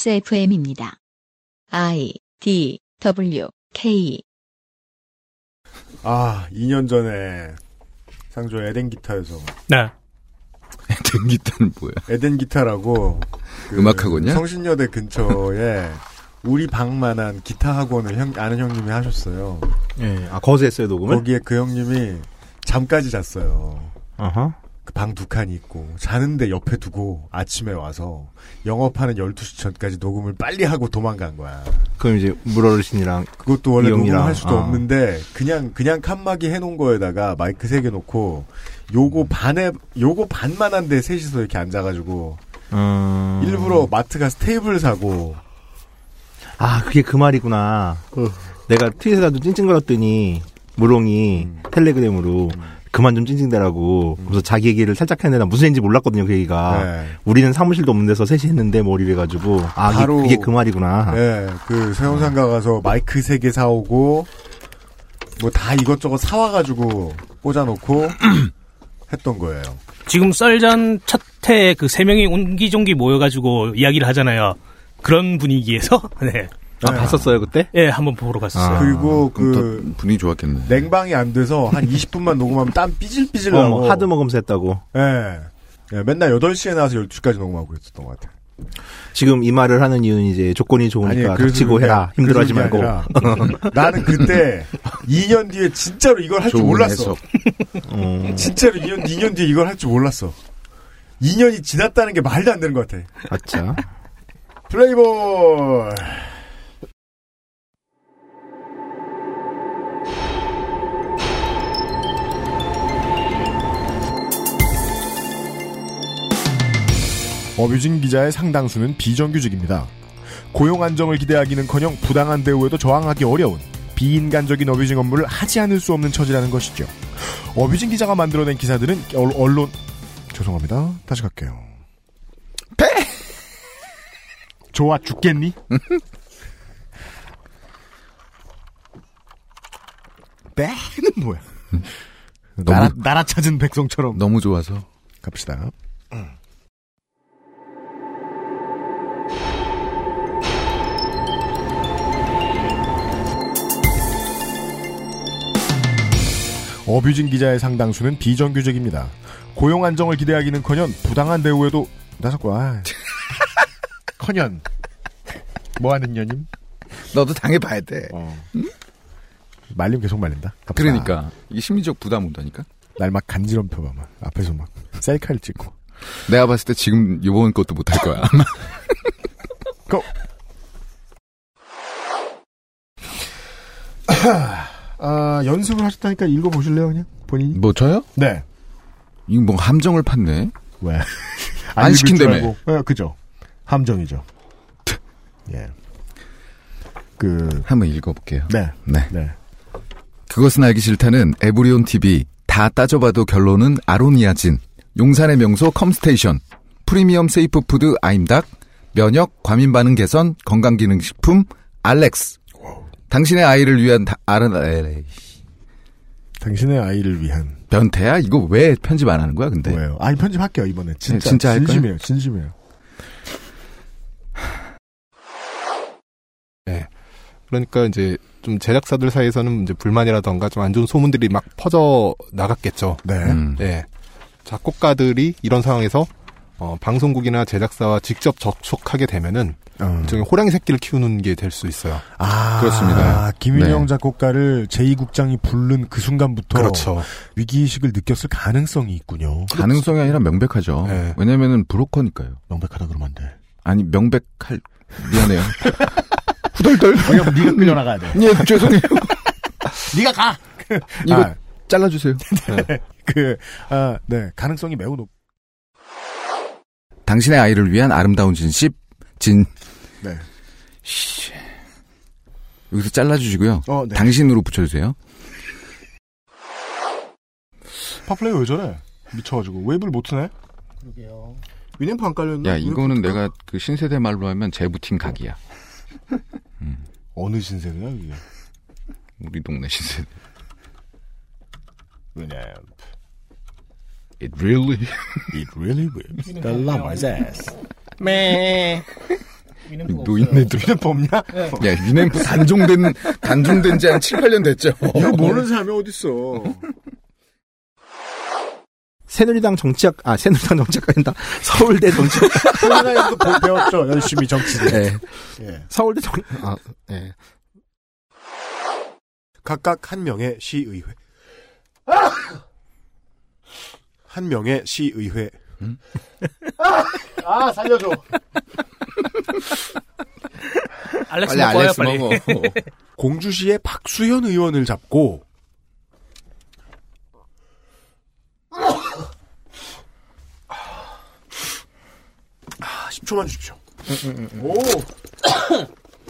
XSFM입니다. I D W K 아, 2년 전에 상조 에덴 기타에서 네. 전기탄 뭐야? 에덴 기타라고 그 음악학원이야? 성신여대 근처에 우리 방만한 기타 학원을 형, 아는 형님이 하셨어요. 예, 아, 거기서 했어요, 녹음을? 거기에 그 형님이 잠까지 잤어요. 아하. 그 방 두 칸이 있고 자는데 옆에 두고 아침에 와서 영업하는 12시 전까지 녹음을 빨리 하고 도망간 거야. 그럼 이제 물어르신이랑, 그것도 원래 이 형이랑, 녹음할 수도 아. 없는데 그냥 그냥 칸막이 해놓은 거에다가 마이크 세 개 놓고 요거 반에 요거 반만한데 셋이서 이렇게 앉아가지고 음. 어. 일부러 마트 가서 테이블 사고 아, 그게 그 말이구나. 어. 내가 트윗에다 좀 찡찡거렸더니, 무롱이 음. 텔레그램으로 그만 좀 찡찡대라고. 그래서 자기 얘기를 살짝 했는데 나 무슨 얘기인지 몰랐거든요, 그 얘기가. 음. 네. 우리는 사무실도 없는 데서 셋이 했는데 뭐 이래가지고. 아, 이게- 바로- 그게 그 말이구나. 예, 그 아. 세영상가 가서 마이크 세 개 사오고 뭐 다 이것저것 사와가지고 꽂아놓고 했던 거예요. 지금 썰전 첫 회에 그 세 명이 옹기종기 모여가지고 이야기를 하잖아요. 그런 분위기에서 네, 아, 네. 봤었어요, 그때? 예, 한번 보러 갔었어요. 아. 그리고 그럼 그 더 분위기 좋았겠네. 냉방이 안 돼서 한 20분만 녹음하면 땀 삐질삐질 어, 나고 뭐 하드 먹으면서 했다고. 예. 예, 맨날 8시에 나와서 12시까지 녹음하고 그랬었던 것 같아요. 지금 이 말을 하는 이유는 이제 조건이 좋으니까 그래서 닥치고 그게- 해라. 힘들어하지 그래서 말고. 그게 아니라 나는 그때 2년 뒤에 진짜로 이걸 할 줄 좋은 몰랐어. 해석. 어. 진짜로 2년, 2년 뒤에 이걸 할 줄 몰랐어. 2년이 지났다는 게 말도 안 되는 것 같아. 아차. 플레이볼! 어뷰진 기자의 상당수는 비정규직입니다. 고용 안정을 기대하기는커녕 부당한 대우에도 저항하기 어려운 비인간적인 어뷰징 업무를 하지 않을 수 없는 처지라는 것이죠. 어뷰진 기자가 만들어낸 기사들은 얼- 언론 죄송합니다. 다시 갈게요. 패! 좋아 죽겠니? 빼는 뭐야? 나라, 나라 찾은 백성처럼 너무 좋아서. 갑시다. 어뷰진 기자의 상당수는 비정규직입니다. 고용 안정을 기대하기는커녕 부당한 대우에도 나 자꾸 아 커녕 뭐하는 년임? 어. 너도 당해봐야 돼. 말림 계속 말린다. 갑시다. 어, 그러니까 이게 심리적 부담 온다니까. 날막 간지럼 펴봐 막 앞에서 막 셀카를 찍고 내가 봤을 때 지금 요번 것도 못할 거야. 아 연습을 하셨다니까 읽어보실래요 그냥 본인이? 뭐 저요? 네. 이거 뭐 함정을 팠네. 왜? 안 읽을 줄 시킨다며. 알고. 예, 그죠. 함정이죠. 예. 그, 한번 읽어볼게요. 네, 네. 네. 그것은 알기 싫다는 에브리온 TV 다 따져봐도 결론은 아로니아진 용산의 명소 컴스테이션 프리미엄 세이프 푸드 아임닭 면역 과민 반응 개선 건강 기능 식품 알렉스 당신의 아이를 위한 다, 아른 에이, 당신의 아이를 위한. 변태야 이거 왜 편집 안 하는 거야 근데 뭐예요? 아니, 편집할게요, 이번에. 진짜. 네, 진짜 할 거예요? 진심이에요, 진심이에요. 그러니까 이제 좀 제작사들 사이에서는 이제 불만이라던가 좀 안 좋은 소문들이 막 퍼져 나갔겠죠. 네. 음. 예. 작곡가들이 이런 상황에서 어, 방송국이나 제작사와 직접 접촉하게 되면은 어. 일종의 호랑이 새끼를 키우는 게 될 수 있어요. 아, 그렇습니다. 김윤영 네. 작곡가를 제2국장이 부른 그 순간부터. 그렇죠. 위기의식을 느꼈을 가능성이 있군요. 가능성이 아니라 명백하죠 네. 왜냐면은 브로커니까요 명백하다 그러면 안 돼. 아니 명백할 미안해요 후덜덜 그냥 네가 끌려나가야 돼. 예 죄송해요 네가 가! 이거 아. 잘라주세요 네. 그, 아, 네. 가능성이 매우 높. 당신의 아이를 위한 아름다운 진십 진 네. 씨. 여기서 잘라주시고요. 어, 네. 당신으로 붙여주세요. 파플레이 왜 저래? 미쳐가지고. 웨이브를 못 트네? 그러게요. 위닝프 안 깔렸나? 야 이거는 내가 그 신세대 말로 하면 재부팅 각이야. 어느 신세대야, 이게? 우리 동네 신세대. 왜냐, It really. It really whips. The llama's ass. 노인네들. 이런 법냐? 야, 유네프 뭐 단종된, 단종된 지 한 7, 8년 됐죠. 이거 모르는 사람이 어딨어. 새누리당 정치학 아 새누리당 정치학과 된다 서울대 정치 세미나에서도 보- 배웠죠. 열심히 네. 정치를. 예. 예. 서울대 정 아, 예. 각각 한 명의 시의회. 한 명의 시의회. 아, 살려줘. 알렉스 먹고 와요, 빨리. 공주시의 박수현 의원을 잡고 아, 10초만 주십시오.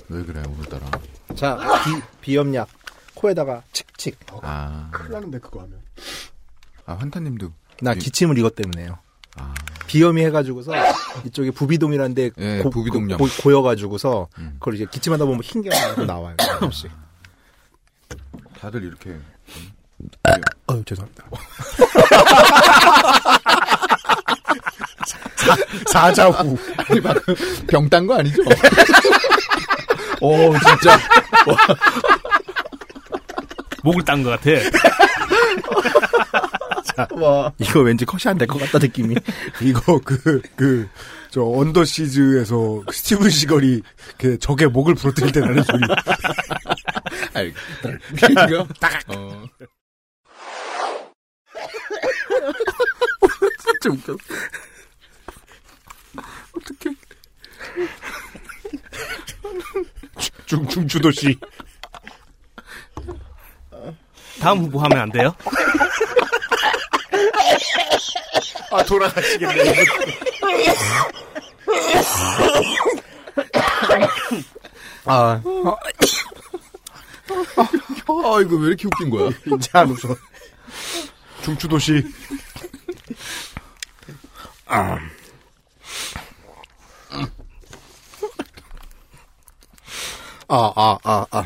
왜 그래, 오늘따라. 자 비, 비염약 코에다가 칙칙 아, 큰일 나는데 그거 하면. 아 환타님도. 나 기침을 이것 때문에요 비염이 해가지고서 이쪽에 부비동이란데 아. 예, 부비동염. 음. 고, 여가지고서 그걸 이제 기침하다 보면 흰게가 나와요 가끔씩. 다들 이렇게. 어유 죄송합니다 사자후. 아니, 방금 병 딴 거 아니죠? 어, 오, 진짜. 목을 딴 것 같아. 아, 뭐. 이거 왠지 컷이 안 될 것 같다 느낌이 이거 그, 그, 저, 언더시즈에서 스티븐 시걸이 그 적의 목을 부러뜨릴 때 나는 소리. 아이, 그거? 어. 진짜 웃겨 중, 중추도시. 다음 후보 하면 안 돼요? 아, 돌아가시겠네. 아 아, 이거 왜 이렇게 웃긴 거야? 진짜 안 웃어. 중추도시. 아, 아, 아, 아.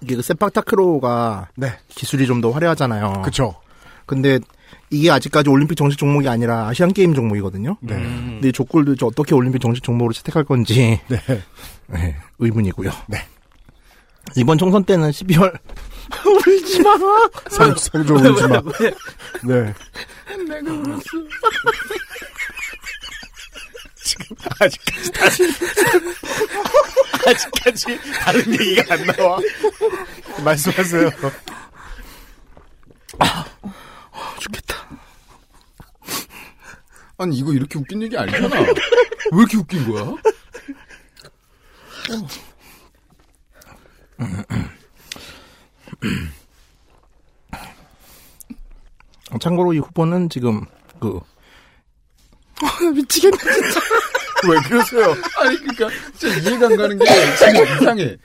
이게 그 세팍타크로가 네. 기술이 좀 더 화려하잖아요. 그쵸. 근데 이게 아직까지 올림픽 정식 종목이 아니라 아시안 게임 종목이거든요. 네. 근데 이 족골도 이제 어떻게 올림픽 정식 종목으로 채택할 건지 네. 네, 의문이고요. 네. 이번 총선 때는 12월 울지 마. 상, 상조 울지 마. 네. 아직까지 다른 얘기가 안 나와. 말씀하세요. 아니, 이거 이렇게 웃긴 얘기 아니잖아. 왜 이렇게 웃긴 거야? 참고로 이 후보는 지금 그 아, 미치겠네. 왜 그러세요? 아니, 그니까, 진짜 이해가 안 가는 게 진짜 이상해.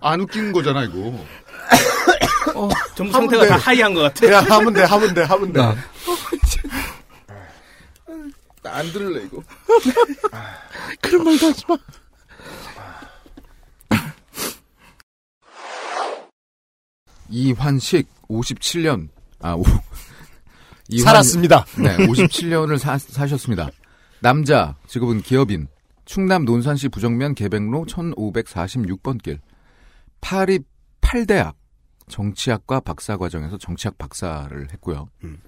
안 웃긴 거잖아, 이거. 전부 상태가 다 하이한 것 같아. 야, 하면 돼, 하면 돼, 하면 돼. 나 안 들을래, 이거. 그런 말도 하지 마. 이환식, 57년. 아, 오. 이환- 살았습니다. 네, 57년을 사, 사셨습니다. 남자, 직업은 기업인. 충남 논산시 부정면 계백로 1546번 길. 파리 8대학 정치학과 박사 과정에서 정치학 박사를 했고요. 음.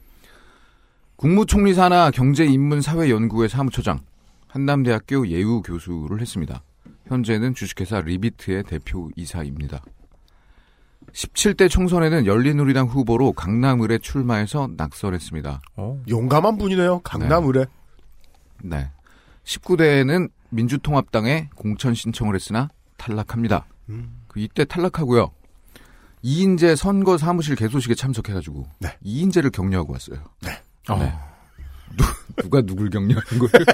국무총리 산하 경제인문사회연구회 사무처장, 한남대학교 예우 교수를 했습니다. 현재는 주식회사 리비트의 대표이사입니다. 17대 총선에는 열린우리당 후보로 강남을에 출마해서 낙선했습니다. 어. 용감한 분이네요. 강남을에. 네. 19대에는 민주통합당에 공천 신청을 했으나 탈락합니다. 그 이때 탈락하고요. 이인재 선거 사무실 개소식에 참석해가지고 네. 이인재를 격려하고 왔어요. 네. 누, 가 누굴 격려하는 거예요?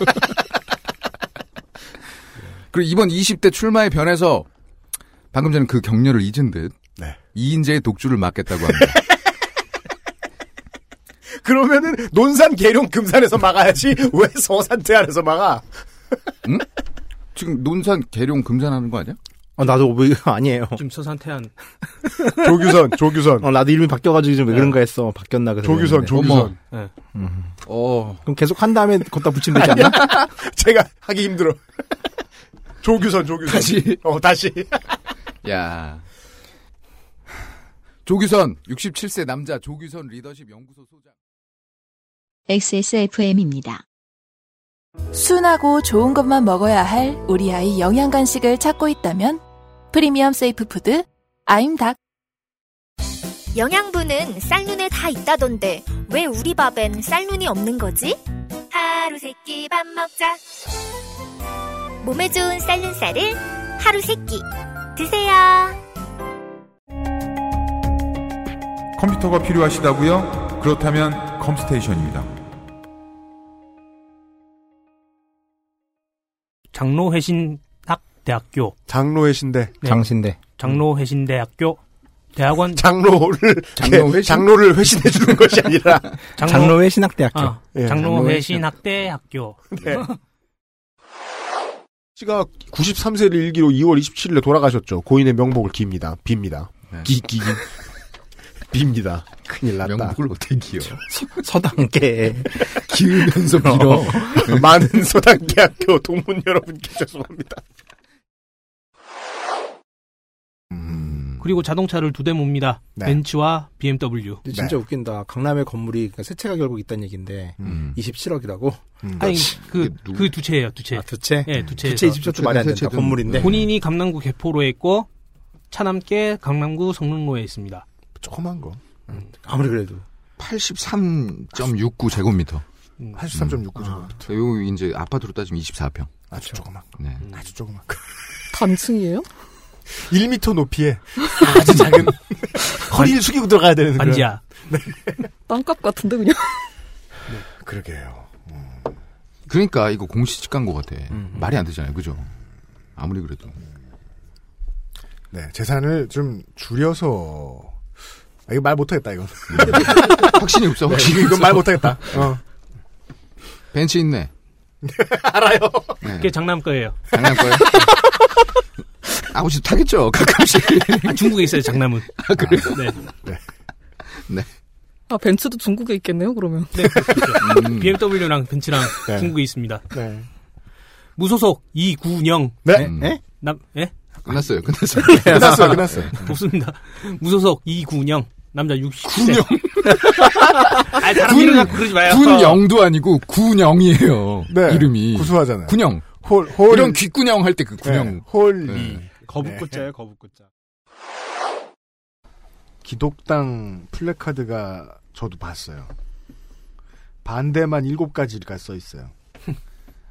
그리고 이번 20대 출마의 변에서 방금 전에 그 격려를 잊은 듯 네. 이인재의 독주를 막겠다고 합니다. 그러면은 논산 계룡 금산에서 막아야지 왜 서산 태안에서 막아? 지금 논산 계룡 금산하는 거 아니야? 아, 나도 뭐 이거 아니에요. 지금 서산태안. 조규선, 조규선, 어, 나도 이름이 바뀌어가지고 지금 왜 그런가 했어. 바뀌었나 그래서. 조규선, 그랬는데. 어머. 조규선. 어, 그럼 계속 한 다음에 걷다 붙이면 되지 않나? 제가 하기 힘들어. 조규선, 조규선. 다시. 어, 다시. 야. 조규선 67세 남자 조규선 리더십 연구소 소장. XSFM입니다. 순하고 좋은 것만 먹어야 할 우리 아이 영양 간식을 찾고 있다면 프리미엄 세이프 푸드 아임닭 영양분은 쌀눈에 다 있다던데 왜 우리 밥엔 쌀눈이 없는 거지? 하루 세 끼 밥 먹자. 몸에 좋은 쌀눈쌀을 하루 세 끼 드세요. 컴퓨터가 필요하시다고요? 그렇다면 컴스테이션입니다. 장로회신학 대학교, 장로의 신대. 네. 장신대. 장로회신대학교, 대학원 장로를 장로 회신? 장로를 회신해 주는 것이 아니라 장로, 장로회 신학대학교. 아, 예, 장로회신학대학교. 네. 씨가 93세를 일기로 2월 27일에 돌아가셨죠. 고인의 명복을 깁니다. 빕니다. 기, 기, 기. 빕니다. 큰일 났다. 명복을 어떻게 기어? 서당계. 기우면서 빌어. 많은 서당대학교 동문 여러분께 죄송합니다. 음. 그리고 자동차를 두 대 봅니다. 네. 벤츠와 BMW. 근데 진짜 웃긴다. 강남의 건물이 그러니까 세채가 결국 있다는 얘기인데 음. 27억이라고. 그러니까 아니 그게 누- 그그두 채예요, 두 채. 아, 두 채. 예, 두 채. 두채 27억도 말이 안 된다. 세채든, 건물인데. 본인이 강남구 개포로에 있고 차남계 강남구 성릉로에 있습니다. 조그만 거. 아무리 그래도 83.69 제곱미터. 음. 아, 83.69 정도. 요 이제 아파트로 따지면 24평. 아주 음. 아. 조그만 거. 네. 음. 아주 조그만 거. 단층이에요? 1m 높이에 아주 작은 허리를 숙이고 들어가야 되는 그런. 반지하. 땅값 같은데 그냥? 그러게요. 그러니까 이거 공시직 광고 같아. 말이 안 되잖아요. 그죠? 아무리 그래도. 네, 재산을 좀 줄여서 아, 이거 말 못하겠다 이거. 확신이 없어. 네, 확신이 예, 이건 없어. 말 못하겠다. 어. 벤츠 있네. 알아요. 네. 그게 장남 거예요. 장난 거예요? 아버지 타겠죠. 가끔씩. 아, 중국에 있어요, 장남은. 아, 그래요? 네. 아 벤츠도 중국에 있겠네요 그러면. 네, 그렇죠. 음. BMW랑 벤츠랑 네. 중국에 있습니다. 네. 무소속 이구영 네. 네? 남 예? 끝났어요. 끝났어요. 음. 끝났어요. 끝났어요. 없습니다. 무소속 이구영 남자 60세. 아, 사람 군- 이름 갖고 그러지 마요. 군영도 아니고 군영이에요. 네. 이름이. 구수하잖아요. 군영. 홀, 홀. 이런 귓군영 할 때 그 네, 군영. 홀리. 네. 거북꽃자예요, 거북꽃자. 기독당 플래카드가 저도 봤어요. 반대만 일곱 가지가 써 있어요.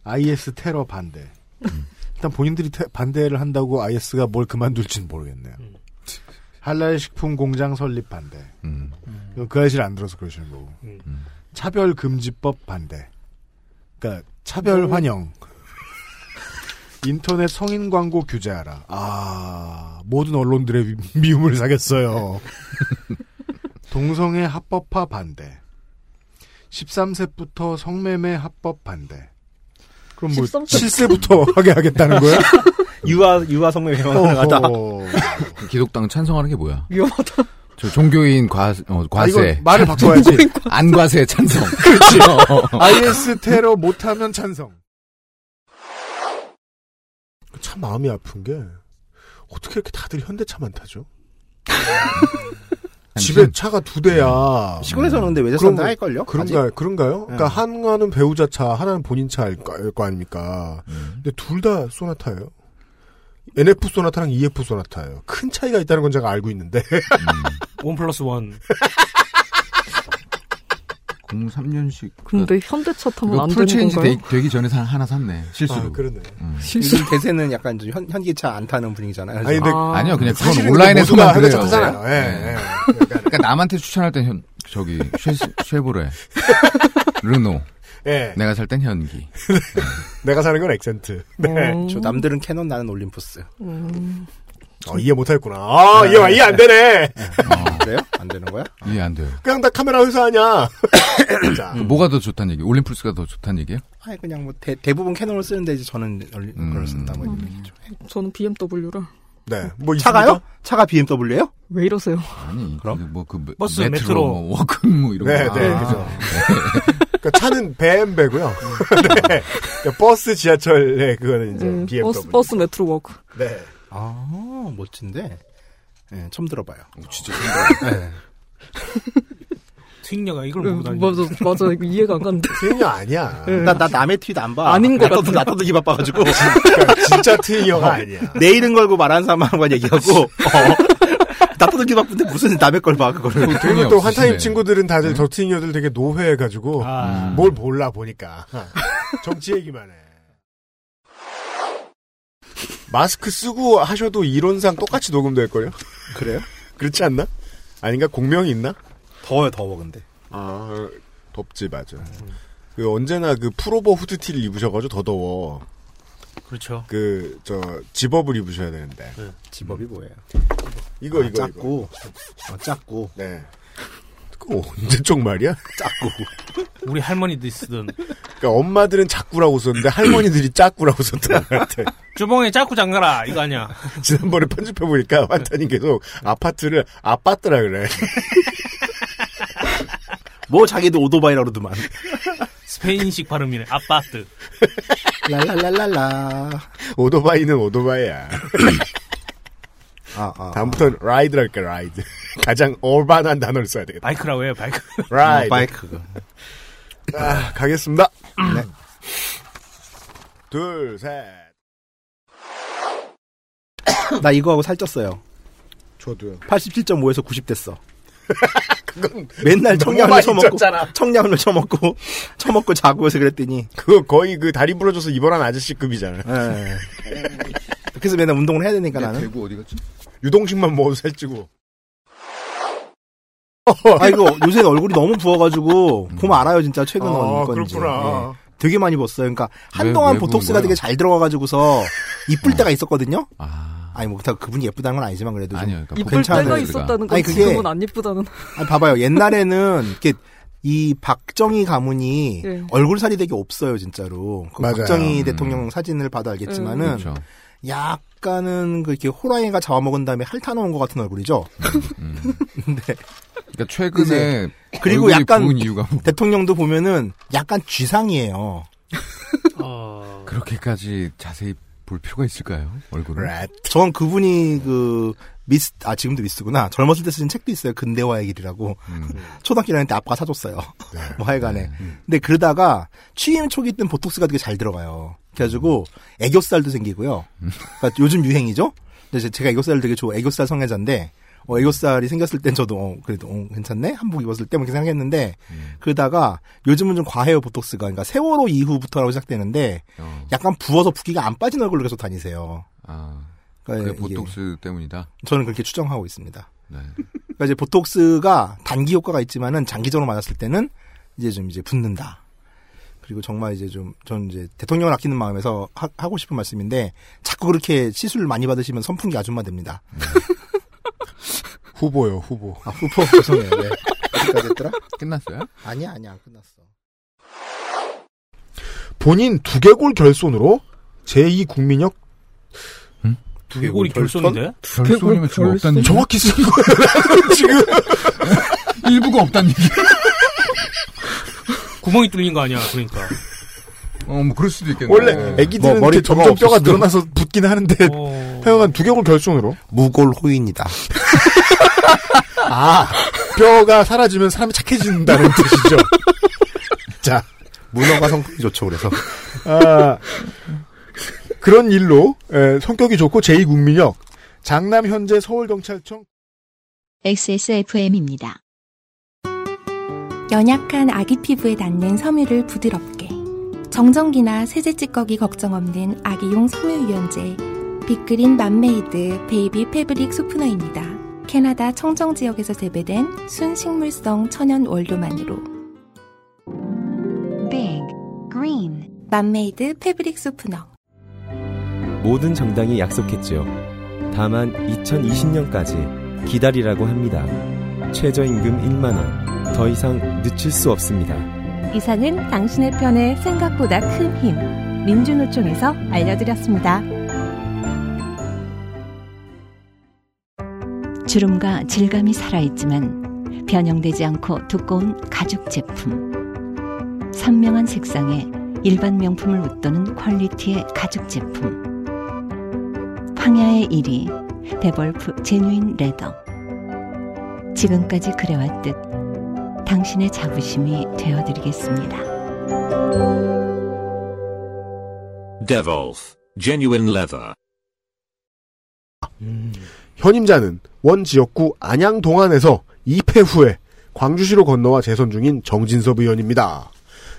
IS 테러 반대. 일단 본인들이 테- 반대를 한다고 IS가 뭘 그만둘진 모르겠네요. 할랄 식품 공장 설립 반대. 음. 이건 그 아저씨를 안 들어서 그러시는 거고. 음. 차별 금지법 반대. 그러니까 차별 환영. 인터넷 성인 광고 규제하라. 아 모든 언론들의 미- 미움을 사겠어요. 동성애 합법화 반대. 13세부터 성매매 합법 반대. 그럼 뭐 13세 7세부터 하게 하겠다는 거야? 유아, 유아 성매매 하다. 어허. 그 기독당 찬성하는 게 뭐야? 위험하다. 저 종교인 과, 어, 아, 이거 과세. 말을 그렇죠. 바꿔야지. 안과세 찬성. 그렇지. IS 테러 못하면 찬성. 참 마음이 아픈 게 어떻게 이렇게 다들 현대차만 타죠? 집에 차가 두 대야. 네. 시골에서는 근데 그런 외제차는 거- 할걸요? 그런가요? 그런가요? 그러니까 하나는 배우자 차, 하나는 본인 차일 거, 일거 아닙니까? 네. 근데 둘 다 소나타예요. NF 소나타랑 EF 소나타예요. 큰 차이가 있다는 건 제가 알고 있는데. 아, 네. 원 플러스 원. 03년식. 근데 현대차 타면 안 그러니까 풀 되는 체인지 건가요? 되, 되기 전에 사- 하나 샀네. 실수로. 아, 그러네. 실수. 요즘 대세는 약간 좀 현, 현기차 안 타는 분위기잖아요. 아니, 근데 아, 아니요, 그냥 그건 사실은 온라인에서만 모두가 그래요. 현대차 타잖아요. 예, 네. 예. 그러니까 남한테 추천할 땐 현, 저기 쉐, 쉐보레, 르노. 예. 내가 살 땐 현기. 내가 사는 건 액센트. 음. 저 남들은 캐논 나는 올림푸스. 음. 어, 이해 못하겠구나. 아, 네. 이해, 이해 안 되네. 어, 그래요? 안 되는 거야? 이해 안 돼요. 그냥 다 카메라 회사하냐. 자, 음. 뭐가 더 좋다는 얘기? 올림플스가 더 좋다는 얘기예요? 아니 그냥 뭐 대, 대부분 캐논을 쓰는데 이제 저는 얼리, 음. 그걸 쓴다 뭐 이런 얘기죠. 저는 BMW라. 네. 뭐 차가요? 있습니까? 차가 BMW예요? 왜 이러세요? 아니, 그럼? 뭐그 버스, 메트로, 메트로. 뭐 워크 뭐 이런 네, 거. 네, 아, 그죠. 그러니까 차는 BMW고요. 음. 네. 그러니까 버스, 지하철, 네, 그거는 이제 BMW. 음, 버스, 버스 메트로 워크. 네. 아, 멋진데. 예, 처음 들어봐요. 진짜 트윙녀가 네. 이걸 음, 모르다니. 맞아, 뭐. 맞아. 이거 이해가 안 가는데. 트윙녀 아니야. 예. 나, 나 남의 트윗 안 봐. 아닌 것 나 또- 같은데. 나 떠도 기 바빠가지고. 그러니까 진짜 트윙녀가 아니야. 내 이름 걸고 말하는 사람만 얘기하고. 어. 나 떠도 기 바쁜데 무슨 남의 걸 봐, 그거를. 그리고 또 한타임 없으시네. 친구들은 다들 저 트윙녀들 되게 노회해가지고 아, 뭘 몰라 보니까 정치 얘기만 해. 마스크 쓰고 하셔도 이론상 똑같이 녹음될 걸요? 그래요? 그렇지 않나? 아닌가 공명이 있나? 더워요, 더워, 근데. 아 덥지 맞아. 그 언제나 그 풀오버 후드티를 입으셔가지고 더 더워. 그렇죠. 그 저 집업을 입으셔야 되는데 음. 집업이 뭐예요? 아, 이거 이거 이거. 작고. 어, 작고. 네. 그거 언제 쪽 말이야? 우리 할머니도 쓰던 그러니까 엄마들은 자꾸라고 썼는데 할머니들이 짜꾸라고 썼던 것 같아. 주봉에 짜고 장가라 이거 아니야. 지난번에 편집해 보니까 환타님 계속 아파트를 아빠트라 그래. 뭐 자기도 오토바이라고 그러더만. 스페인식 발음이네. 아빠트. 랄랄랄랄라. 오토바이는 오토바이야. 아, 아. 다음부터는 라이드랄까 라이드. 가장 올바한 단어를 써야 되겠다. 바이크라고 해요. 바이크. 라이드. 바이크. 아, 가겠습니다. 네. 둘, 셋. 나 이거하고 살쪘어요. 저도요. 87.5에서 90 됐어. 그건 맨날 너무 청량을 많이 처먹고, 쪘잖아. 청량을 처먹고, 처먹고 자고 해서 그랬더니, 그거 거의 그 다리 부러져서 입원한 아저씨급이잖아. 예. 그래서 맨날 운동을 해야 되니까 나는. 대구 어디 갔지? 유동식만 먹어도 살찌고. 아, 이거 요새 얼굴이 너무 부어가지고, 음. 보면 알아요, 진짜, 최근 언 건지. 예. 되게 많이 벗어요. 그러니까, 한동안 왜 부은 보톡스가 거야? 되게 잘 들어가가지고서, 이쁠 때가 있었거든요? 아, 아니, 뭐, 다 그분이 예쁘다는 건 아니지만 그래도. 좀. 아니요. 그러니까 이쁠 괜찮아요, 때가 그래도. 있었다는 건 아니, 그게- 지금은 안 이쁘다는. 아니, 봐봐요. 옛날에는, 이렇게, 이 박정희 가문이 예. 얼굴살이 되게 없어요, 진짜로. 그 맞아요. 박정희 음. 대통령 사진을 봐도 알겠지만은, 그렇죠. 약간은 그 이렇게 호랑이가 잡아먹은 다음에 핥아놓은 것 같은 얼굴이죠. 그러니까 최근에 그리고 얼굴이 약간 부은 이유가 뭐 대통령도 보면은 약간 쥐상이에요. 어. 그렇게까지 자세히 볼 필요가 있을까요? 얼굴을 네. 렛. 전 그분이 그 미스 아 지금도 미스구나. 젊었을 때 쓰신 책도 있어요. 근대화의 길이라고 음. 네. 초등학교 다닐 때 아빠가 사줬어요. 뭐 하여간에. 근데 그러다가 취임 초기 때는 보톡스가 되게 잘 들어가요. 그래가지고 애교살도 생기고요. 음. 그러니까 요즘 유행이죠. 근데 제- 제가 애교살을 되게 좋아 애교살 성애자인데 어, 애교살이 생겼을 땐 저도 어, 그래도 어, 괜찮네 한복 입었을 때 뭐 이렇게 생각했는데 음. 그러다가 요즘은 좀 과해요 보톡스가 그러니까 세월호 이후부터라고 시작되는데 어. 약간 부어서 부기가 안 빠진 얼굴로 계속 다니세요. 아, 그러니까 그게 이게- 보톡스 때문이다. 저는 그렇게 추정하고 있습니다. 네. 그러니까 이제 보톡스가 단기 효과가 있지만은 장기적으로 맞았을 때는 이제 좀 이제 붓는다. 그리고 정말 이제 좀, 전 이제 대통령을 아끼는 마음에서 하, 고 싶은 말씀인데 자꾸 그렇게 시술을 많이 받으시면 선풍기 아줌마 됩니다. 후보요, 후보. 아, 후보 죄송해요. 네. 어디까지 했더라? 끝났어요? 아니야, 아니야, 안 끝났어. 본인 두개골 결손으로 제2 국민역 두개골이 결손인데? 결손이면 지금 없다는 얘기. 정확히 쓴 거예요. 지금 네. 일부가 없다는 얘기. 구멍이 뚫린 거 아니야. 그러니까. 어, 뭐 그럴 수도 있겠네. 원래 어. 아기들은 뭐, 머리 이렇게 점점 뼈가 뼈가 없을 수도. 늘어나서 붙긴 하는데 어. 하여간 두개골 결손으로 무골 호인이다. 아 뼈가 사라지면 사람이 착해진다는 뜻이죠. 자 문어가 성품이 좋죠, 그래서. 아, 그런 일로 에, 성격이 좋고 제2 국민역 장남 현재 서울경찰청 XSFM입니다. 연약한 아기 피부에 닿는 섬유를 부드럽게 정전기나 세제 찌꺼기 걱정 없는 아기용 섬유 유연제 빅그린 맘메이드 베이비 패브릭 소프너입니다. 캐나다 청정 지역에서 재배된 순식물성 천연 원료만으로 Big Green 맘메이드 패브릭 소프너 모든 정당이 약속했죠. 다만 2020년까지 기다리라고 합니다. 최저임금 1만원. 더 이상 늦출 수 없습니다. 이상은 당신의 편에 생각보다 큰 힘 민주노총에서 알려드렸습니다. 주름과 질감이 살아있지만 변형되지 않고 두꺼운 가죽 제품. 선명한 색상에 일반 명품을 웃도는 퀄리티의 가죽 제품. 황야의 1위 데볼프 제뉴인 레더. 지금까지 그래왔듯 당신의 자부심이 되어드리겠습니다. Devolf. Genuine leather. 현임자는 원 지역구 안양 동안에서 2패 후에 광주시로 건너와 재선 중인 정진섭 의원입니다.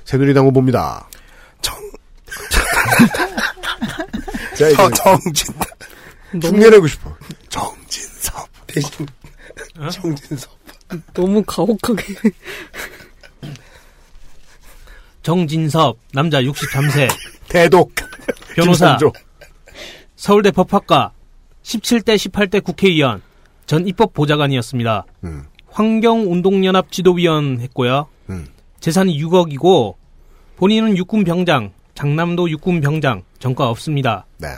새누리당 후보입니다. 정. 저 정진. 흉내내고 싶어. 정진섭 대신 정진섭. 너무 가혹하게. 정진섭, 남자 63세. 대독. 변호사. 김선조. 서울대 법학과 17대 18대 국회의원. 전 입법보좌관이었습니다. 환경운동연합 지도위원 했고요. 재산이 6억이고 본인은 육군 병장, 장남도 육군 병장, 전과 없습니다. 네.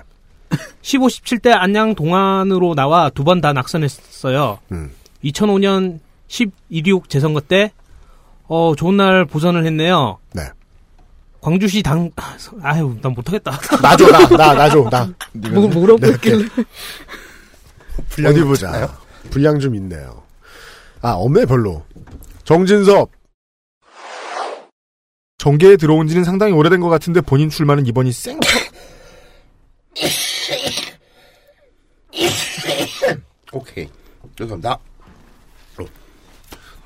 15, 17대 안양 동안으로 나와 두 번 다 낙선했어요. 음, 2005년 11.26 재선거 때, 어, 좋은 날 보선을 했네요. 네. 광주시 당, 아유, 난 못하겠다. 나줘, 나, 나, 나줘, 나. 뭐, 뭐라고 했길래. 어디 보자. 분량 좀 있네요. 아, 없네, 별로. 정진섭. 정계에 들어온 지는 상당히 오래된 것 같은데 본인 출마는 이번이 생, 오케이. 죄송합니다.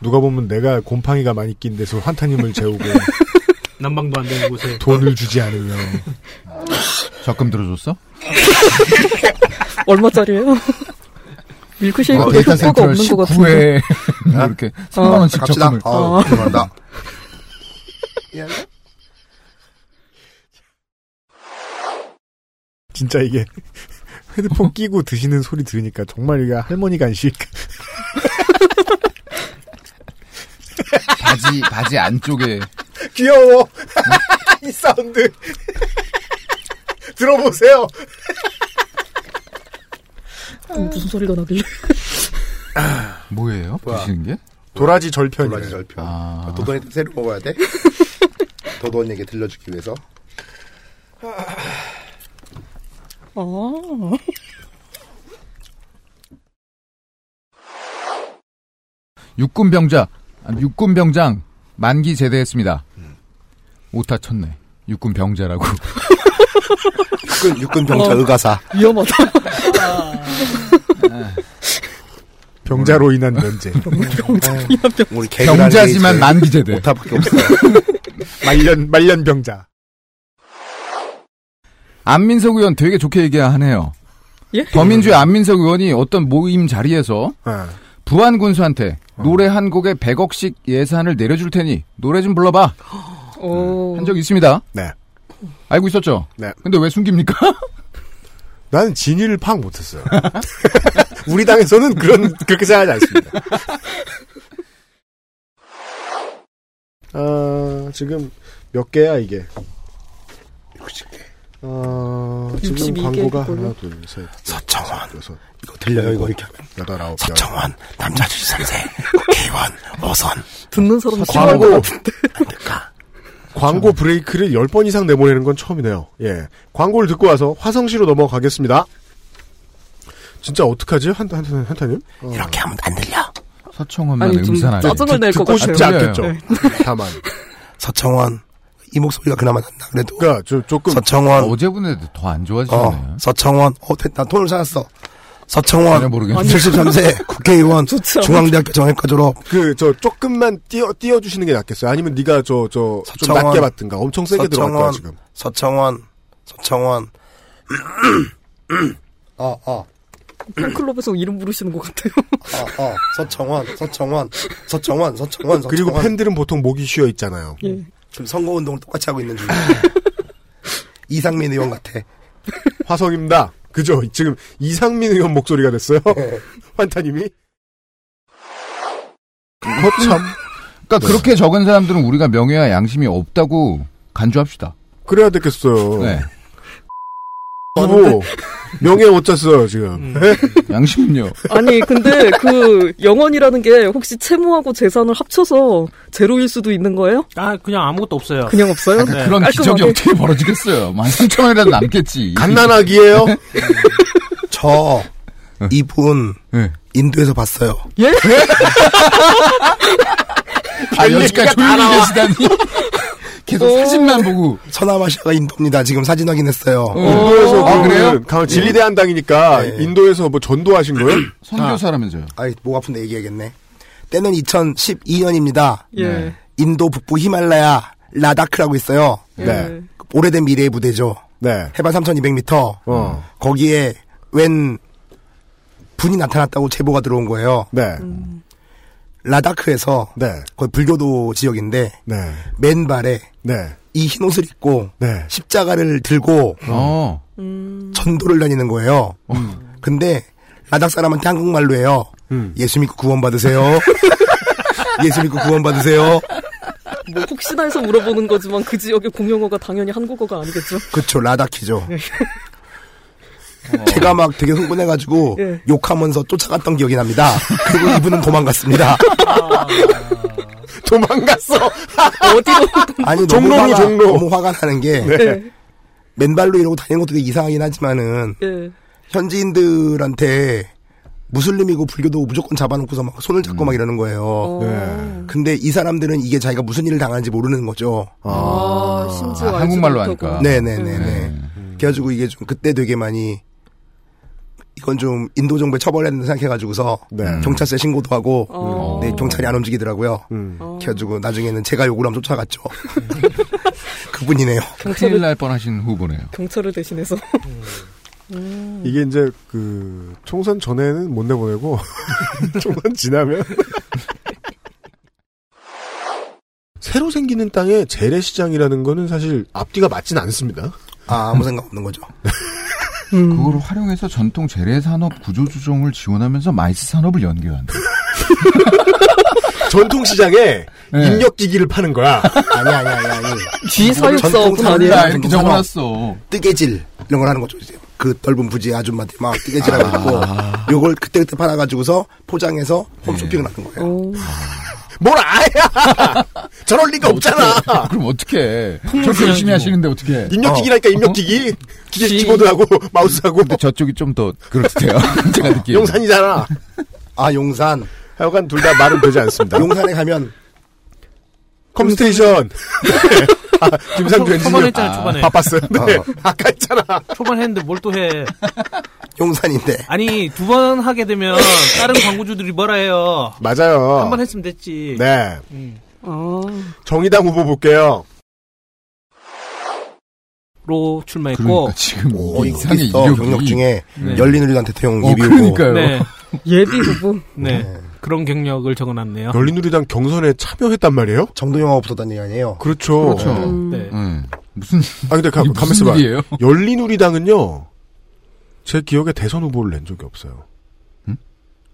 누가 보면 내가 곰팡이가 많이 낀 데서 환타님을 재우고 난방도 안 되는 곳에. 돈을 주지 않으며. 적금 들어줬어? 얼마짜리예요? 밀크쉐이크 어, 데이터 효과가 센터 없는 것 같은데. 19회 이렇게 3만 원씩 갑시다. 적금을. 어, 아. 죄송합니다. 진짜 이게 헤드폰 끼고 드시는 소리 들으니까 정말 이게 할머니 간식. 바지 바지 안쪽에 귀여워. 이 사운드. 들어보세요. 무슨 소리가 나길래. 뭐예요? 뭐야? 드시는 게? 도라지 절편. 도라지 절편. 아. 아, 도돈이 새로 먹어야 돼. 도돈에게 들려주기 위해서. 아. 육군 병자 아니, 육군 병장 만기 제대했습니다. 오타 쳤네. 육군 병자라고. 그 육군, 육군 병자 어. 의가사. 위험하다. 병자로 인한 면제. 우리 개그라는 게 병자지만 이제 만기 제대. 오타밖에 없어요. 말년 말년 병자. 안민석 의원 되게 좋게 얘기하네요. 예? 더민주의 안민석 의원이 어떤 모임 자리에서 아. 부안 군수한테 어. 노래 한 곡에 100억씩 예산을 내려줄 테니 노래 좀 불러봐 어. 한 적 있습니다. 네. 알고 있었죠. 네. 근데 왜 숨깁니까? 나는 진위를 파악 못했어요. 우리 당에서는 그런 그렇게 생각하지 않습니다. 아 지금 몇 개야 이게? 60개. 어 지금 62 광고가 개일걸요? 하나 둘셋 서청원. 여섯 이거 들려요, 이거 이렇게 하면. 여덟 아홉 서청원, 남자 73세, 국회의원, 5선. 그러니까 듣는 사람 광고 광고 브레이크를 10번 이상 내보내는 건 처음이네요. 예. 광고를 듣고 와서 화성시로 넘어가겠습니다. 진짜 어떡하지? 한, 한, 한, 한타님? 이렇게 하면 안 들려. 서청원만 음산하게. 네, 아, 듣고 싶지 않겠죠. 네. 다만. 서청원. 이 목소리가 그나마 낫다 그래도 그러니까 조금 서청원 아, 어제분에도 더 안 좋아지시네. 그러니까 어, 서청원 어 됐다 돈을 찾았어 서청원 전혀 모르겠네. 73세 국회의원 중앙대학교 정외과 졸업 그 저 조금만 띄워 띄워 주시는 게 낫겠어요. 아니면 네가 저 저 좀 서청원. 낮게 봤든가. 엄청 세게 들어갈 거야 서청원, 지금. 서청원 서청원 아, 어어 어, 팬클럽에서 이름 부르시는 것 같아요. 어, 어, 서청원 서청원 서청원 서청원 그리고 서청원. 팬들은 보통 목이 쉬어 있잖아요. 지금 선거운동을 똑같이 하고 있는 중이야 이상민 의원 같아 화성입니다. 그죠? 지금 이상민 의원 목소리가 됐어요. 환타님이 어, 참. 그러니까 네. 그렇게 적은 사람들은 우리가 명예와 양심이 없다고 네. 간주합시다. 어. 네. 그래야 됐겠어요. 네. 오, 명예 못 잤어요, 음. 지금. 네? 양심은요? 아니 근데 그 영원이라는 게 혹시 채무하고 재산을 합쳐서 제로일 수도 있는 거예요? 아 그냥 아무것도 없어요. 네. 그냥 없어요? 아, 그런 기적이 어떻게 벌어지겠어요? 만 3천 원이라도 남겠지. 갓난아기예요? 저 이분 네. 인도에서 봤어요. 예? 아, 그 여지까지 조용히 계시다니. 계속 사진만 보고. 서남아시아가 인도입니다. 지금 사진 확인했어요. 아, 네. 인도에서 그 강- 진리대한당이니까 인도에서 뭐 전도하신 거예요? 음. 선교사라면서요. 아이, 목 아픈데 얘기해야겠네. 때는 2012년입니다. 예. 인도 북부 히말라야 라다크라고 있어요. 네. 오래된 미래의 부대죠. 해발 3,200m. 어. 거기에 웬 분이 나타났다고 제보가 들어온 거예요. 네. 음. 라다크에서 거의 불교도 지역인데 네. 맨발에 이 흰옷을 입고 십자가를 들고 어. 전도를 다니는 거예요. 음. 근데 라닥 사람한테 한국말로 해요. 예수 믿고 구원 받으세요. 예수 믿고 구원 받으세요. 뭐 혹시나 해서 물어보는 거지만 그 지역의 공용어가 당연히 한국어가 아니겠죠. 그쵸 라닥이죠. 제가 막 되게 흥분해가지고 예. 욕하면서 쫓아갔던 기억이 납니다. 그리고 이분은 도망갔습니다. 도망갔어. 어디로? 아니 너무 종로로, 화가, 종로. 너무 화가 나는 게 네. 맨발로 이러고 다니는 것도 되게 이상하긴 하지만은 예. 현지인들한테 무슬림이고 불교도 무조건 잡아놓고서 막 손을 잡고 막 이러는 거예요. 음. 네. 근데 이 사람들은 이게 자기가 무슨 일을 당하는지 모르는 거죠. 아, 심지어 알지도 그 못하고. 네네네네. 음. 그래가지고 이게 좀 그때 되게 많이 이건 좀 인도 정부에 처벌해야 된다 생각해가지고서 네. 경찰서에 신고도 하고 어. 어. 네, 경찰이 안 움직이더라고요. 그래가지고 나중에는 제가 욕을 하면 쫓아갔죠. 그분이네요. 큰일 날 뻔하신 후보네요. 경찰을 대신해서. 음. 이게 이제 그 총선 전에는 못 내보내고 총선 지나면 새로 생기는 땅의 재래시장이라는 거는 사실 앞뒤가 맞진 않습니다. 아 아무 생각 없는 거죠. 그걸 활용해서 전통 재래 산업 구조 조정을 지원하면서 마이스 산업을 연계한다. 전통 시장에 입력 기기를 파는 거야. 네. 아니 아니 아니 아니. 전통 전통 산업이야. 아, 산업, 전통 전통 산업. 산업. 뜨개질 이런 걸 하는 거죠. 이제. 그 넓은 부지 아줌마들 막 뜨개질하고 있고 요걸 그때그때 팔아가지고서 포장해서 홈쇼핑을 하는 거예요. 뭘 아야! 저럴 리가 없잖아. 그럼 어떻게? 풍물 저렇게 열심히 시장이고. 하시는데 어떻게? 입력기기라니까 입력기기. 기계 키보드하고 마우스하고. 근데 저쪽이 좀 더 그렇대요. 제가 느끼. 용산이잖아. 아 용산. 하여간 둘 다 말은 되지 않습니다. 용산에 가면 컴스테이션. 네. 아, 김상주 초반- 엔지니어. 초반에 했잖아요, 초반에. 바빴어요. 네. 아까 했잖아. 초반 했는데 뭘 또 해. 용산인데. 아니 두 번 하게 되면 다른 광고주들이 뭐라 해요. 맞아요. 한 번 했으면 됐지. 네. 음. 정의당 후보 볼게요. 로 출마했고 그러니까 지금 어, 이거 어디 있어? 경력 중에 네. 열린우리당 대통령 어, 예비 후보. 그러니까요. 네. 예비 후보. 네. 그런 경력을 적어놨네요. 열린우리당 경선에 참여했단 말이에요? 정동영 없었던 얘기 아니에요? 그렇죠. 그렇죠. 네. 무슨 아 근데 가, 이게 무슨 만있어 봐. 일이에요? 열린우리당은요. 제 기억에 대선 후보를 낸 적이 없어요.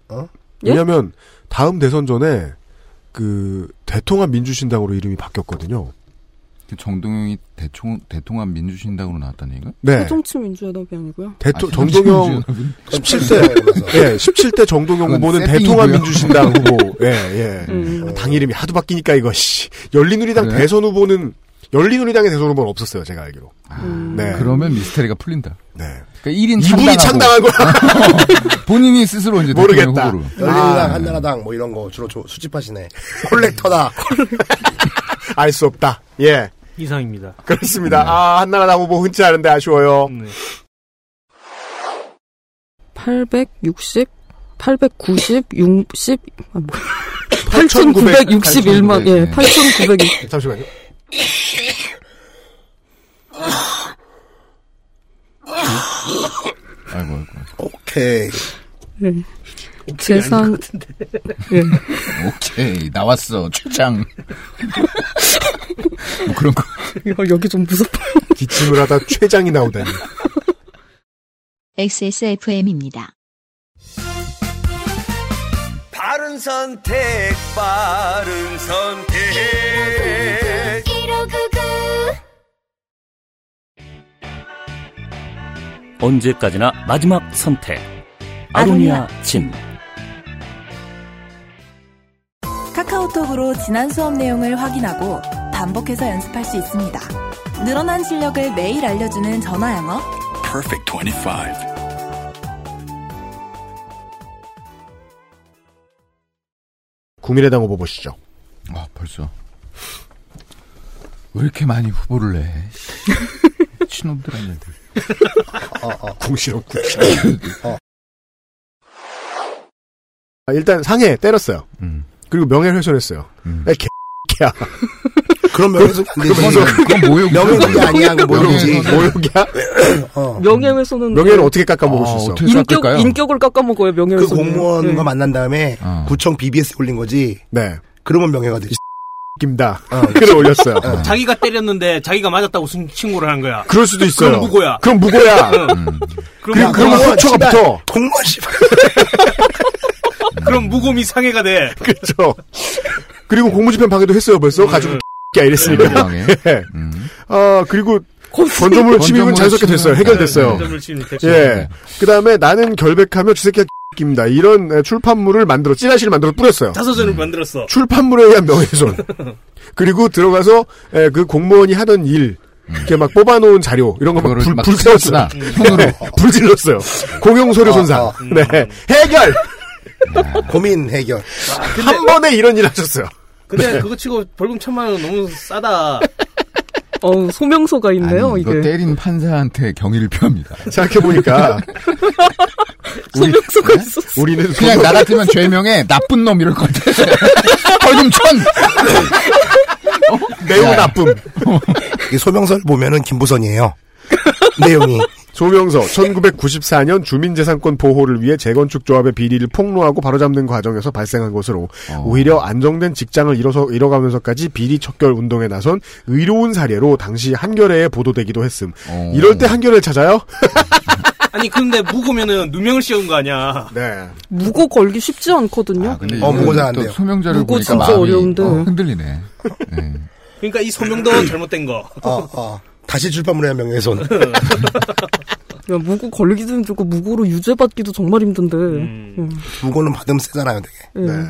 어? 예? 왜냐하면 다음 대선 전에 그 대통합 민주신당으로 이름이 바뀌었거든요. 그 정동영이 대총 대통합 민주신당으로 나왔다는 얘기가? 네. 정치 민주화답이 아니고요. 대통 아, 정동영 민주연합은? 17대 예 17대 정동영 그건 후보는 세팅이고요. 대통합 민주신당 후보 예예 음. 당 이름이 하도 바뀌니까 이거 씨 열린우리당 그래? 대선 후보는 열린우리당의 대선 후보는 없었어요 제가 알기로 네 그러면 미스테리가 풀린다. 네. 그러니까 1인 이분이 창당하고. 창당한 본인이 스스로 이제 대통령 모르겠다. 후보로. 열린우리당 한나라당 뭐 이런 거 주로 조- 수집하시네. 콜렉터다. 알 수 없다 예 이상입니다. 그렇습니다 음. 아 한나라당 후보 흔치 않은데 아쉬워요 네. 860, 890, 60, 아, 뭐야. 8,900, 네, 8,961만, 예, 8,900. 잠시만요 아이고 아이고. 오케이. 예. 재산, 예. 오케이 나왔어 최장. 뭐 그런 거. 여기 좀 무섭다. 기침을 하다 최장이 나오다니 XSFM입니다. 바른 선택, 바른 선택. 언제까지나 마지막 선택. 아로니아 진. 카카오톡으로 지난 수업 내용을 확인하고 반복해서 연습할 수 있습니다. 늘어난 실력을 매일 알려주는 전화 영어. Perfect 25. 국민의당 후보 보시죠. 아, 벌써. 왜 이렇게 많이 후보를 내? 친놈들 아니들. 어, 궁시렁 궁시렁. 어. 아, 일단 상해 때렸어요. 음. 그리고 명예훼손했어요. 야, 개, 개야. 그럼 명예훼손이 안 되지. 그건 모욕이지. 명예훼손이 아니야, 그건 모욕이지. 모욕이야? 어. 명예훼손은 뭐 명예를 어떻게 깎아먹을 수 있어? 인격 인격을 깎아먹어요 그 명예훼손. 공무원과 만난 다음에 구청 BBS 올린 거지. 네. 그러면 명예가 되지. 김다. 글을 올렸어요. 자기가 때렸는데 자기가 맞았다고 승- 신고를 한 거야. 그럴 수도 있어요. 그럼 무고야. 그럼 무고야. 응. 음, 그럼 그럼 무고야. 후초가 붙어. 공무원 그럼 무고미 상해가 돼. 그렇죠. 그리고 공무집행 방해도 했어요 벌써 가지고 야 이랬으니까. 음. 예. 아 그리고 건조물 건조물 침입은 자연스럽게 침입. 됐어요. 해결됐어요. 네, 건조물 침입 됐죠. 예. 그 다음에 나는 결백하며 주새끼가 입니다. 이런 에, 출판물을 만들어 찌라시를 만들어 뿌렸어요. 자서전을 만들었어. 출판물에 의한 명예훼손. 그리고 들어가서 에, 그 공무원이 하던 일. 이렇게 막 뽑아놓은 자료 이런 거막 그거를 막 음. 불태웠어요. 네, 손으로. 아, 음. 불질렀어요. 공용소류 손상. 어, 어. 네 해결. 고민 해결. 한 번에 이런 일 하셨어요. 근데 네. 그거 치고 벌금 천만 원 너무 싸다. 어, 소명서가 있네요, 아니, 이게. 이거 때린 판사한테 경의를 표합니다. 생각해보니까. 네? 우리, 우리는 그냥 소명- 나 같으면 죄명에 나쁜 놈 이럴 것 같아. 벌금 천! 매우 나쁨. 이 소명서를 보면은 김부선이에요. 내용이. 소명서 1994년 주민재산권 보호를 위해 재건축 조합의 비리를 폭로하고 바로잡는 과정에서 발생한 것으로 오히려 안정된 직장을 잃어서 잃어가면서까지 비리 척결 운동에 나선 의로운 사례로 당시 한겨레에 보도되기도 했음. 이럴 때 한겨레를 찾아요? 아니 근데 무고면은 누명을 씌운 거 아니야. 네. 무고 걸기 쉽지 않거든요. 아, 아, 소명자를 무고 보니까 진짜 마음이 어려운데. 어, 흔들리네. 그러니까 이 소명도 잘못된 거. 어, 어. 다시 출판물에 명예훼손. 야, 무고 걸기도 힘들고 무고로 유죄받기도 정말 힘든데. 음. 무고는 받음 세잖아요, 되게. 예. 네.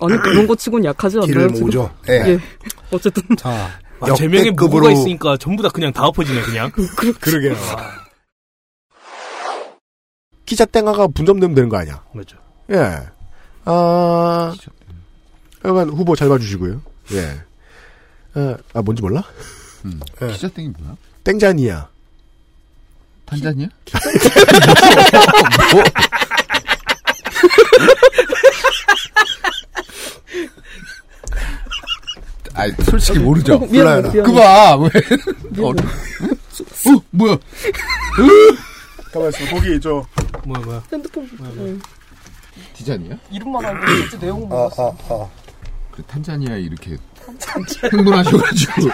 아니 그런 거 치곤 약하지 않나요? 길을 지금? 모으죠. 예. 어쨌든 자, 와, 제명에 아, 무고가 있으니까 전부 다 그냥 다 엎어지네 그냥. 그러게요. 기자 땡아가 분점되면 되는 거 아니야? 맞죠. 예. 아, 일단 후보 잘 봐주시고요. 예. 아, 아, 뭔지 몰라? 기자 땡이 뭐야? 땡자니야. 탄자니야? 뭐? 아, 솔직히 모르죠. 어, 미안해, 미안해. 그봐 왜? 어, 미안해. 어, 뭐야? 가만 있어. 거기 저 뭐야 뭐야. 핸드폰 예. 디자니야? 이름만 알고 실제 내용은 몰랐어. 그 탄자니아 이렇게 흥분하셔가지고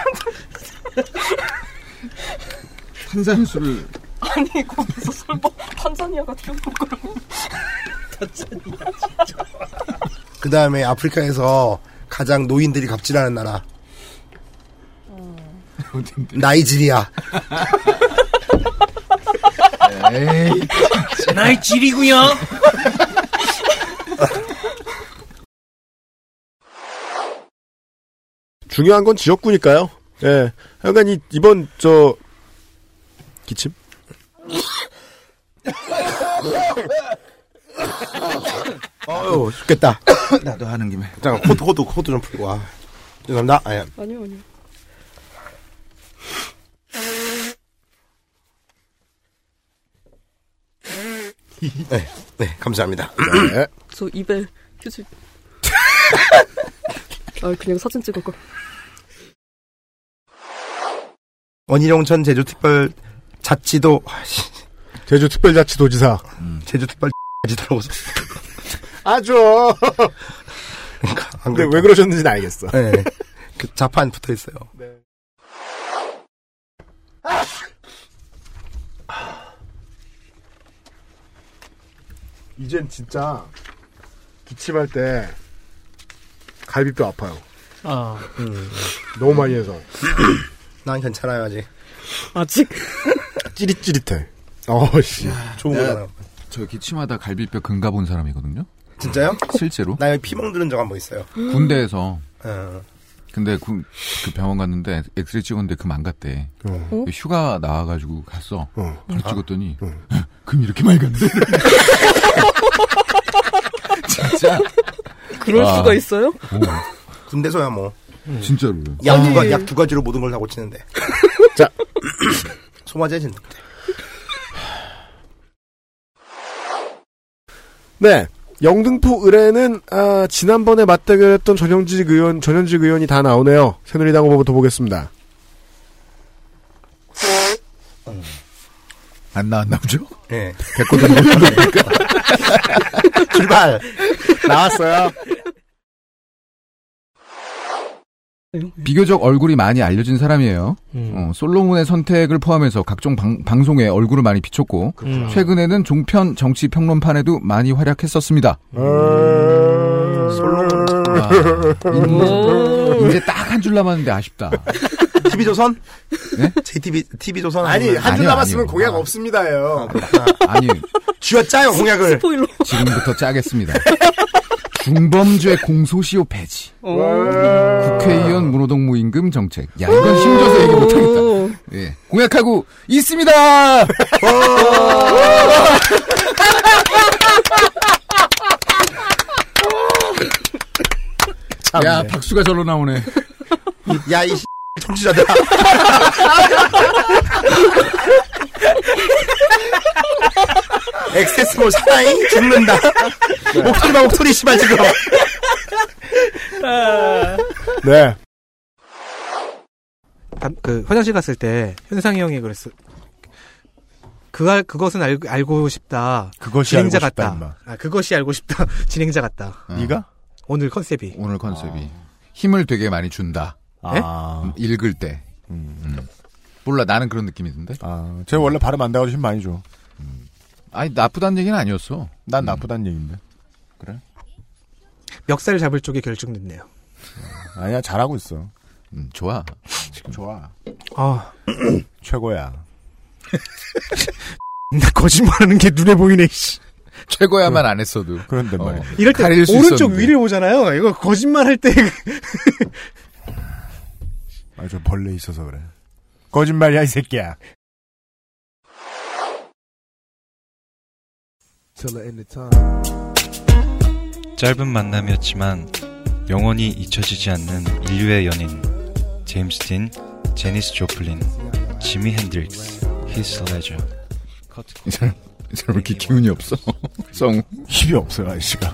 탄산수를 아니 거기서 설마 탄자니아가 튀어나올 거라고. 탄자니아 진짜. 그 다음에 아프리카에서 가장 노인들이 갑질하는 나라. 어. 나이지리아. 나의 질이구요. 중요한 건 지역구니까요. 예. 약간 이, 이번, 저, 기침? 어휴, 죽겠다. 나도 하는 김에. 잠깐, 코드, 코드, 코드 좀 풀고 와. 죄송합니다. 아니야. 예. 아니요 아니요. 네, 네, 감사합니다. 저 입에 휴지. 아 그냥 사진 찍을 걸. 원희룡천 제주특별 자치도 아씨. 제주특별자치도지사 제주특별 지도라고 써. 아주. 안 근데 왜 그러셨는지는 알겠어. 네. 그 자판 붙어 있어요. 이젠 진짜, 기침할 때, 갈비뼈 아파요. 아. 너무 많이 해서. 난 괜찮아요 아직. 아직 찌릿찌릿해. 아, 어씨. 좋은 거잖아요. 저 기침하다 갈비뼈 근가 본 사람이거든요. 진짜요? 실제로? 나 여기 피멍 드는 적 한 번 있어요. 군대에서. 어. 근데 군- 그 병원 갔는데 엑스레이 찍었는데 금 안 갔대. 그 어? 휴가 나와가지고 갔어. 바로 아. 찍었더니 금 이렇게 많이 갔네. 진짜? 그럴 와. 수가 있어요? 오, 군대서야 뭐. 진짜로. 어, 약두 가- 약두 가지로 모든 걸 다 고치는데. 자. 소화제 진. 네. 영등포 의뢰는 아, 지난번에 맞대결했던 전현직 의원 전현직 의원이 다 나오네요. 새누리당 후보부터 보겠습니다. 안 나왔나 보죠? 예. 백고도 나옵니까? 출발. 나왔어요. 비교적 얼굴이 많이 알려진 사람이에요. 음. 어, 솔로몬의 선택을 포함해서 각종 방, 송에 얼굴을 많이 비췄고 그렇구나. 최근에는 종편 정치 평론판에도 많이 활약했었습니다. 음, 아, 인물- 이제 딱 한 줄 남았는데 아쉽다. TV조선? 네? 예? JTB, TV조선? 아니 한 줄 아니요, 남았으면 아니요. 공약 없습니다요. 아니 쥐어짜요 공약을. 스포일러. 지금부터 짜겠습니다. 중범죄 공소시효 폐지. 음. 국회의원 문호동 무임금 정책. 야 이건 힘줘서 얘기 못하겠다. 예. 공약하고 있습니다. 야 박수가 절로 나오네. 야, 이 청취자들아. 엑세스몰 사나이? 죽는다. 목소리 봐, 목소리, 씨발, 지금. 네. 담- 그 화장실 갔을 때 현상이 형이 그랬어. 그 알- 그것은 알, 알고 싶다. 그것이 진행자 알고 싶다, 같다. 임마. 아, 그것이 알고 싶다. 진행자 같다. 네가? 오늘 컨셉이. 오늘 컨셉이 아. 힘을 되게 많이 준다. 예? 음, 읽을 때. 음. 몰라 나는 그런 느낌이 든데. 아, 제가 원래 발음 안 돼가지고 힘 많이 줘. 아니 나쁘다는 얘기는 아니었어. 난 나쁘다는 얘기인데. 그래? 멱살 잡을 쪽이 결정됐네요. 아니야 잘하고 있어. 음, 좋아. 지금 좋아. 아 최고야. 나 거짓말하는 게 눈에 보이네. 씨. 최고야만 안 했어도. 그런데 말이야. 이럴 때 가릴 수 오른쪽 있었는데. 위를 보잖아요. 이거 거짓말 할 때. 아, 저 벌레 있어서 그래. 거짓말이야, 이 새끼야. 짧은 만남이었지만 영원히 잊혀지지 않는 인류의 연인 제임스 딘, 제니스 조플린, 지미 핸드릭스, 히스 레저 이 사람, 이 사람 왜 이렇게 기운이 없어? 성. 힘이 없어요, 아저씨가.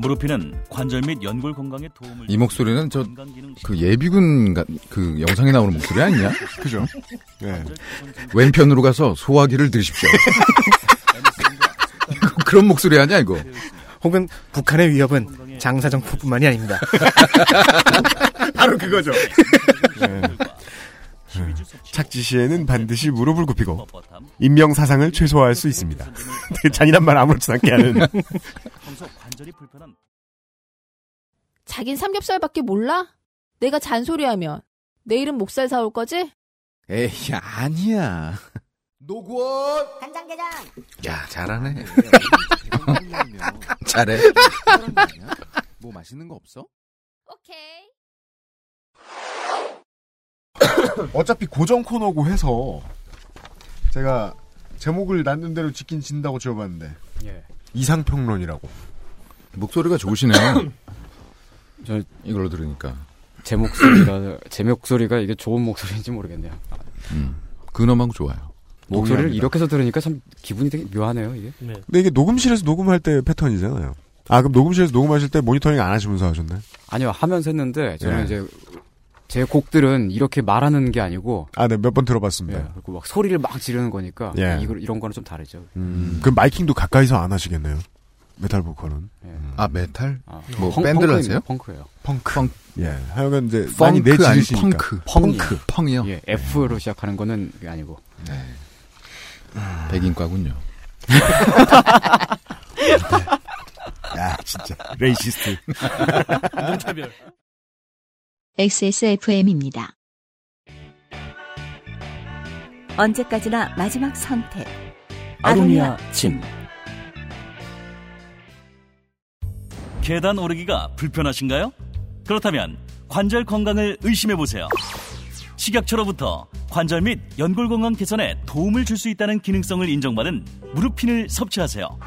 무릎피는 관절 및 연골 건강에 도움을 이 목소리는 저 그 예비군 가- 그 영상에 나오는 목소리 아니냐? 그죠? 네. 왼편으로 가서 소화기를 들으십시오. 이거 그런 목소리 아니야 이거? 혹은 북한의 위협은 장사정포뿐만이 아닙니다. 바로 그거죠. 예. 착지 시에는 반드시 무릎을 굽히고 인명 사상을 최소화할 수 있습니다. 되게 잔인한 말 아무렇지 않게 하는. 자긴 삼겹살밖에 몰라? 내가 잔소리하면 내일은 목살 사올 거지? 에이 아니야. 노구원 간장게장 야 잘하네. 잘해. 뭐 맛있는 거 없어? 어차피 고정 코너고 뭐 해서 제가 제목을 낳는 대로 지킨 진다고 지어봤는데 예. 이상평론이라고. 목소리가 좋으시네요. 저 이걸로 들으니까 제 목소리가 제 목소리가 이게 좋은 목소리인지 모르겠네요. 음. 근엄하고 좋아요. 목소리를 동의합니다. 이렇게서 들으니까 참 기분이 되게 묘하네요. 이게. 근데 이게 녹음실에서 녹음할 때 패턴이잖아요. 아 그럼 녹음실에서 녹음하실 때 모니터링 안 하시면서 하셨네. 아니요 하면서 했는데 네, 저는 예. 이제 제 곡들은 이렇게 말하는 게 아니고 아, 네, 몇 번 들어봤습니다. 그리고 막 소리를 예. 막 지르는 거니까 예. 그러니까 이런 거는 좀 다르죠. 음, 그럼 마이킹도 가까이서 안 하시겠네요. 메탈 보컬은. 아 메탈? 아, 뭐 펑- 밴드를 펑크입니다. 하세요? 펑크예요. 펑크. 예. 하여간 이제 펑크 많이 아니면 내지르시니까. 펑크. 펑크. 펑이요. 예, F로 시작하는 거는 그게 아니고. 백인과군요. 네. 야, 진짜 레이시스트. 인종차별. XSFM입니다. 언제까지나 마지막 선택. 아로니아 진 계단 오르기가 불편하신가요? 그렇다면 관절 건강을 의심해 보세요. 식약처로부터 관절 및 연골 건강 개선에 도움을 줄 수 있다는 기능성을 인정받은 무릎핀을 섭취하세요.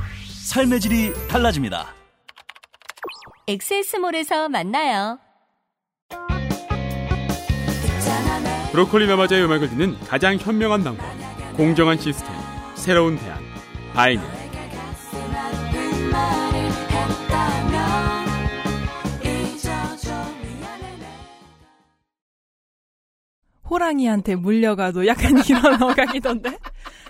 삶의 질이 달라집니다. 엑세스몰에서 만나요. 브로콜리 마마자의 음악을 듣는 가장 현명한 방법 공정한 시스템 새로운 대안 아이니 호랑이한테 물려가도 약간 이런 어각이던데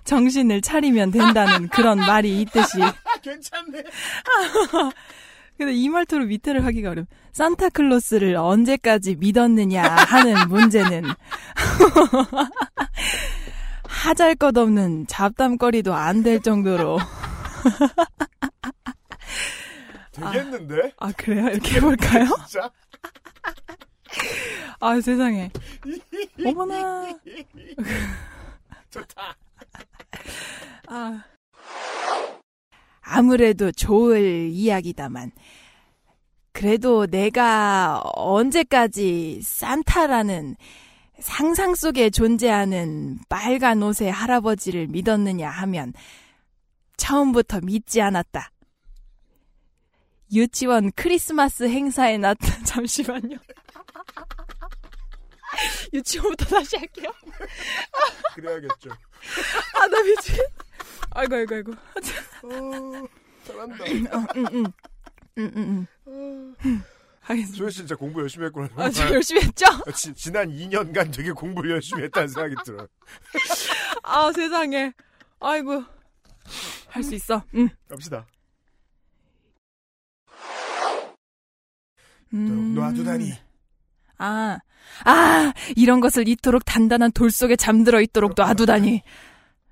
정신을 차리면 된다는 그런 말이 있듯이 괜찮네. 근데 이 말투로 밑에를 하기가 어려워 산타클로스를 언제까지 믿었느냐 하는 문제는 하잘 것 없는 잡담거리도 안 될 정도로 되겠는데? 아 그래요? 이렇게 해볼까요? 진짜? 아 세상에 어머나 좋다. 아. 아무래도 좋을 이야기다만 그래도 내가 언제까지 산타라는 상상 속에 존재하는 빨간 옷의 할아버지를 믿었느냐 하면 처음부터 믿지 않았다. 유치원 크리스마스 행사에 나타 잠시만요. 유치원부터 다시 할게요. 그래야겠죠. 아 나 어, 미친. 아이고 아이고 아이고. 잘한다. 어, 음, 음. 음, 음, 음. 알겠습니다. 소혜 씨 진짜 공부 열심히 했구나. 아, 저 열심히 했죠? 지, 지난 2년간 되게 공부를 열심히 했다는 생각이 들어요. 아 세상에. 아이고 할 수 있어. 응. 갑시다. 음. 놔두다니. 아, 아, 이런 것을 이토록 단단한 돌 속에 잠들어 있도록 놔두다니.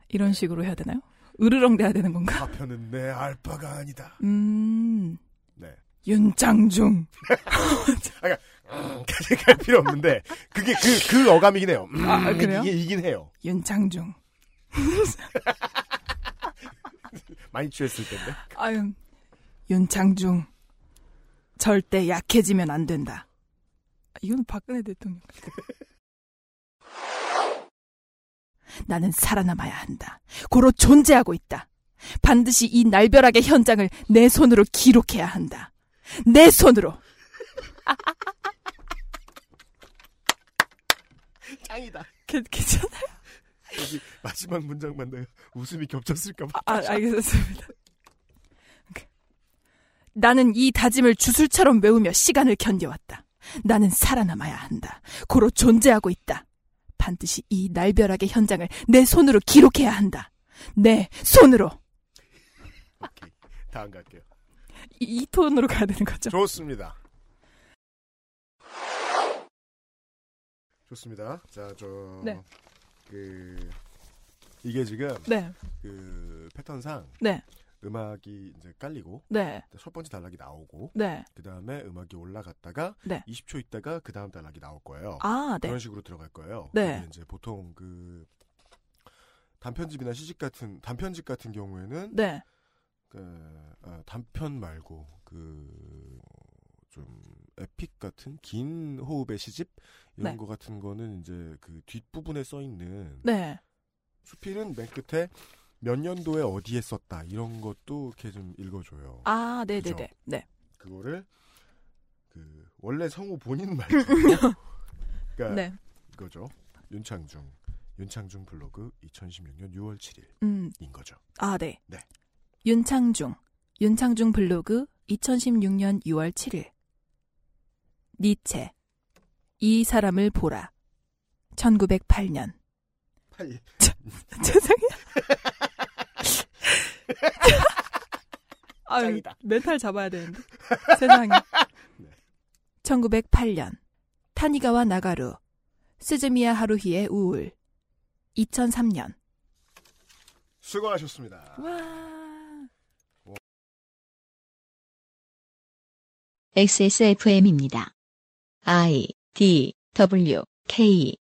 이런 식으로 해야 되나요? 으르렁대야 되는 건가? 파편은 내 알바가 아니다. 음, 네. 윤장중. 아까 까지 갈 필요 없는데 그게 그 그 어감이긴 해요. 음, 아, 그래요? 이게 이긴 해요. 윤장중. 많이 취했을 텐데. 아유, 윤장중. 절대 약해지면 안 된다. 아, 이건 박근혜 대통령. 나는 살아남아야 한다. 고로 존재하고 있다. 반드시 이 날벼락의 현장을 내 손으로 기록해야 한다. 내 손으로. 짱이다. 괜- 괜찮아요? 여기 마지막 문장만 내요. 웃음이 겹쳤을까 봐. 아, 알겠습니다. 나는 이 다짐을 주술처럼 외우며 시간을 견뎌왔다. 나는 살아남아야 한다. 고로 존재하고 있다. 반드시 이 날벼락의 현장을 내 손으로 기록해야 한다. 내 손으로. 아. 다음 갈게요. 이, 이 톤으로 가야 되는 거죠? 좋습니다. 좋습니다. 자, 저 네. 그 이게 지금 네. 그 패턴상 네. 음악이 이제 깔리고 네. 첫 번째 단락이 나오고 네. 그다음에 음악이 올라갔다가 네. 20초 있다가 그다음 단락이 나올 거예요. 아, 네. 그런 식으로 들어갈 거예요. 네. 근데 이제 보통 그 단편집이나 시집 같은 단편집 같은 경우에는 네. 그, 아, 단편 말고 그 좀 에픽 같은 긴 호흡의 시집 이런 네. 거 같은 거는 이제 그 뒷부분에 써 있는 네. 수필은 맨 끝에 몇 년도에 어디에 썼다 이런 것도 이렇게 좀 읽어줘요. 아, 네, 네, 네. 네. 그거를 그 원래 성우 본인 말대로 그러니까 네. 이거죠. 윤창중 윤창중 블로그 2016년 6월 7일인 음. 거죠. 아, 네. 네. 윤창중. 윤창중 블로그 2016년 6월 7일. 니체. 이 사람을 보라. 1908년. 팔- 죄송해요. 아유, 멘탈 잡아야 되는데. 세상에. 1908년. 타니가와 나가루. 스즈미야 하루히의 우울. 2003년. 수고하셨습니다. 아. XSFM입니다. I, D W K